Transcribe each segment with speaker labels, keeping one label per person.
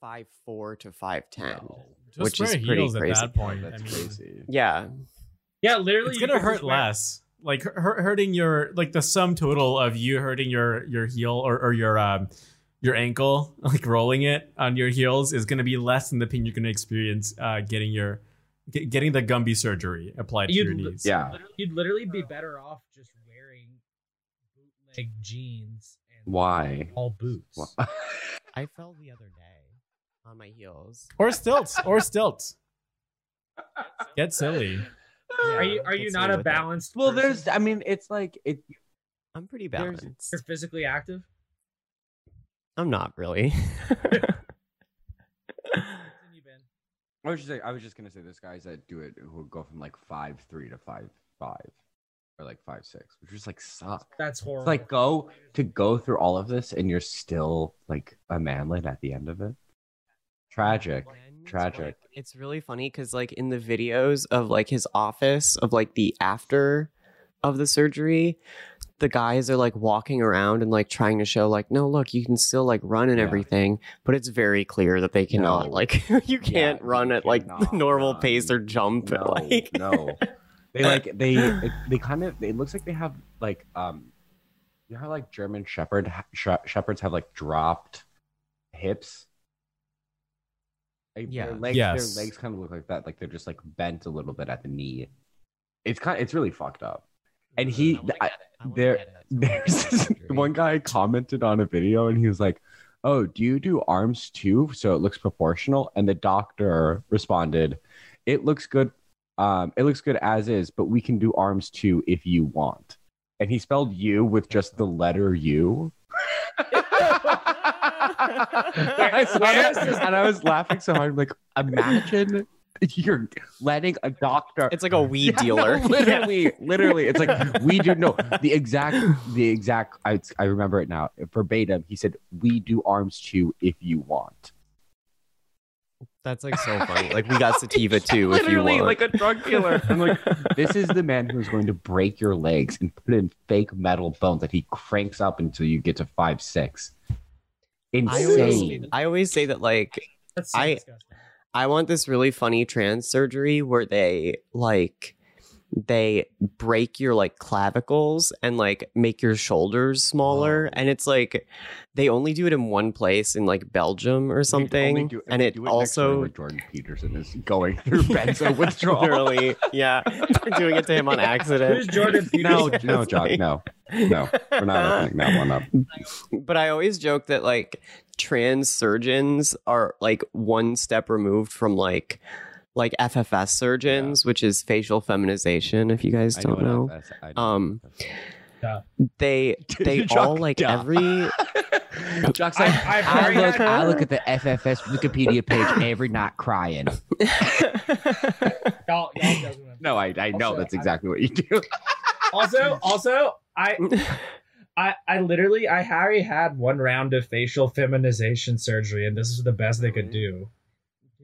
Speaker 1: five four to five ten.
Speaker 2: Just
Speaker 1: Which
Speaker 2: wear
Speaker 1: is pretty
Speaker 2: heels
Speaker 1: crazy.
Speaker 2: at that point.
Speaker 3: That's
Speaker 2: I mean,
Speaker 3: crazy.
Speaker 1: Yeah,
Speaker 4: Yeah, literally,
Speaker 2: it's
Speaker 4: you
Speaker 2: gonna
Speaker 4: could
Speaker 2: hurt
Speaker 4: just wear-
Speaker 2: less. Like hur- hurting your like the sum total of you hurting your your heel or, or your um your ankle like rolling it on your heels is gonna be less than the pain you're gonna experience uh getting your get, getting the Gumby surgery applied to
Speaker 4: You'd
Speaker 2: your
Speaker 4: li-
Speaker 2: knees.
Speaker 3: Yeah.
Speaker 4: You'd literally be better off just wearing bootleg jeans and
Speaker 3: Why?
Speaker 4: all boots.
Speaker 3: Why?
Speaker 1: I fell the other day on my heels.
Speaker 2: Or stilts. Or stilts. Get silly.
Speaker 4: Are you are you
Speaker 1: It's
Speaker 4: not
Speaker 1: me
Speaker 4: a
Speaker 1: with it.
Speaker 4: balanced?
Speaker 3: Well,
Speaker 4: person?
Speaker 3: there's. I mean, it's like it.
Speaker 1: I'm pretty
Speaker 3: There's-
Speaker 1: balanced.
Speaker 4: You're physically active.
Speaker 1: I'm not really.
Speaker 4: Continue, Ben.
Speaker 3: I was just. Like, I was just gonna say, there's guys that do it who go from like five three to five five, or like five six, which just like suck.
Speaker 4: That's
Speaker 3: It's
Speaker 4: horrible.
Speaker 3: like go to go through all of this and you're still like a manlet at the end of it. Tragic.
Speaker 1: And,
Speaker 3: Tragic.
Speaker 1: like, it's really funny because like in the videos of like his office of like the after of the surgery, the guys are like walking around and like trying to show like, no, look, you can still like run and
Speaker 3: Yeah.
Speaker 1: everything, but it's very clear that they cannot
Speaker 3: No.
Speaker 1: like you can't
Speaker 3: you
Speaker 1: run at like the
Speaker 3: cannot
Speaker 1: normal
Speaker 3: run.
Speaker 1: pace or jump.
Speaker 3: No,
Speaker 1: like
Speaker 3: no. They like they it- they kind of it looks like they have like um you know how like German shepherd sh- shepherds have like dropped hips. Like,
Speaker 1: Yeah.
Speaker 3: Their legs,
Speaker 2: Yes.
Speaker 3: their legs kind of look like that, like they're just like bent a little bit at the knee. It's kind it's really fucked up. And he, I, there- there's this, one guy commented on a video and he was like, Oh, do you do arms too? So it looks proportional. And the doctor responded, It looks good. Um, it looks good as is, but we can do arms too if you want. And he spelled you with just the letter U. I saw that, and I was laughing so hard. I'm like, imagine you're letting a doctor
Speaker 1: it's like a weed
Speaker 3: yeah,
Speaker 1: dealer.
Speaker 3: no, literally, literally, it's like we do no the exact the exact. I, I remember it now verbatim. He said, "We do arms too if you want."
Speaker 1: That's like so funny. Like we got sativa too. if you
Speaker 3: Literally,
Speaker 1: want.
Speaker 3: like a drug dealer. I'm like, this is the man who's going to break your legs and put in fake metal bones that he cranks up until you get to five six.
Speaker 1: I always,
Speaker 3: Insane.
Speaker 1: I always say that like
Speaker 4: That's so
Speaker 1: I-
Speaker 4: disgusting.
Speaker 1: I want this really funny trans surgery where they like they break your like clavicles and like make your shoulders smaller
Speaker 3: Oh.
Speaker 1: and it's like they only do it in one place in like Belgium or something
Speaker 3: Only do-
Speaker 1: and
Speaker 3: we
Speaker 1: it
Speaker 3: do next year
Speaker 1: also
Speaker 3: when Jordan Peterson is going through benzo withdrawal.
Speaker 1: literally yeah they're doing it to him on
Speaker 4: Who's
Speaker 1: accident
Speaker 4: Jordan
Speaker 3: No,
Speaker 4: Peterson?
Speaker 3: no, John, no, no. We're not opening that one up.
Speaker 1: but I always joke that like trans surgeons are like one step removed from like like FFS surgeons, which is facial feminization. If you guys don't know, Um, they they
Speaker 3: Jock,
Speaker 1: all like
Speaker 3: duh.
Speaker 1: every
Speaker 3: Jock's
Speaker 4: I, I've
Speaker 3: I
Speaker 4: already
Speaker 3: look,
Speaker 4: had-
Speaker 3: I look at the FFS Wikipedia page every night crying.
Speaker 4: y'all, y'all does what I'm
Speaker 3: No, I, I know
Speaker 4: Also,
Speaker 3: that's
Speaker 4: I-
Speaker 3: exactly what you do.
Speaker 4: also also i i i literally i already had one round of facial feminization surgery and this is the best they could do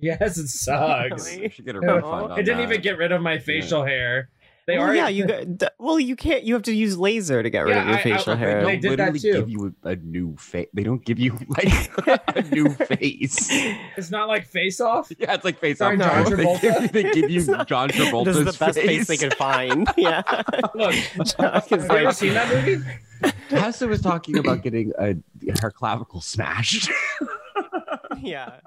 Speaker 4: yes it sucks
Speaker 1: Really?
Speaker 3: should get a
Speaker 4: No,
Speaker 3: refund on
Speaker 4: it didn't
Speaker 3: that.
Speaker 4: even get rid of my facial hair they
Speaker 1: well,
Speaker 4: already
Speaker 1: Oh, yeah you got, d- well you can't you have to use laser to get rid
Speaker 4: Yeah,
Speaker 1: of your
Speaker 4: I- I-
Speaker 1: facial
Speaker 4: I
Speaker 1: hair.
Speaker 3: They
Speaker 4: They
Speaker 3: don't
Speaker 4: did that
Speaker 3: literally
Speaker 4: too.
Speaker 3: give you a new face. They don't give you like a new face.
Speaker 4: it's not like face off
Speaker 3: Yeah, it's like face
Speaker 4: Sorry,
Speaker 3: off.
Speaker 4: John
Speaker 3: They give you,
Speaker 1: Travolta.
Speaker 3: they give you John Travolta's
Speaker 1: this is the best face
Speaker 3: face.
Speaker 1: they could find. Yeah,
Speaker 4: look
Speaker 1: Jock is
Speaker 4: have you ever
Speaker 1: like,
Speaker 4: seen that movie
Speaker 3: Tessa was talking about getting a, her clavicle smashed.
Speaker 1: yeah,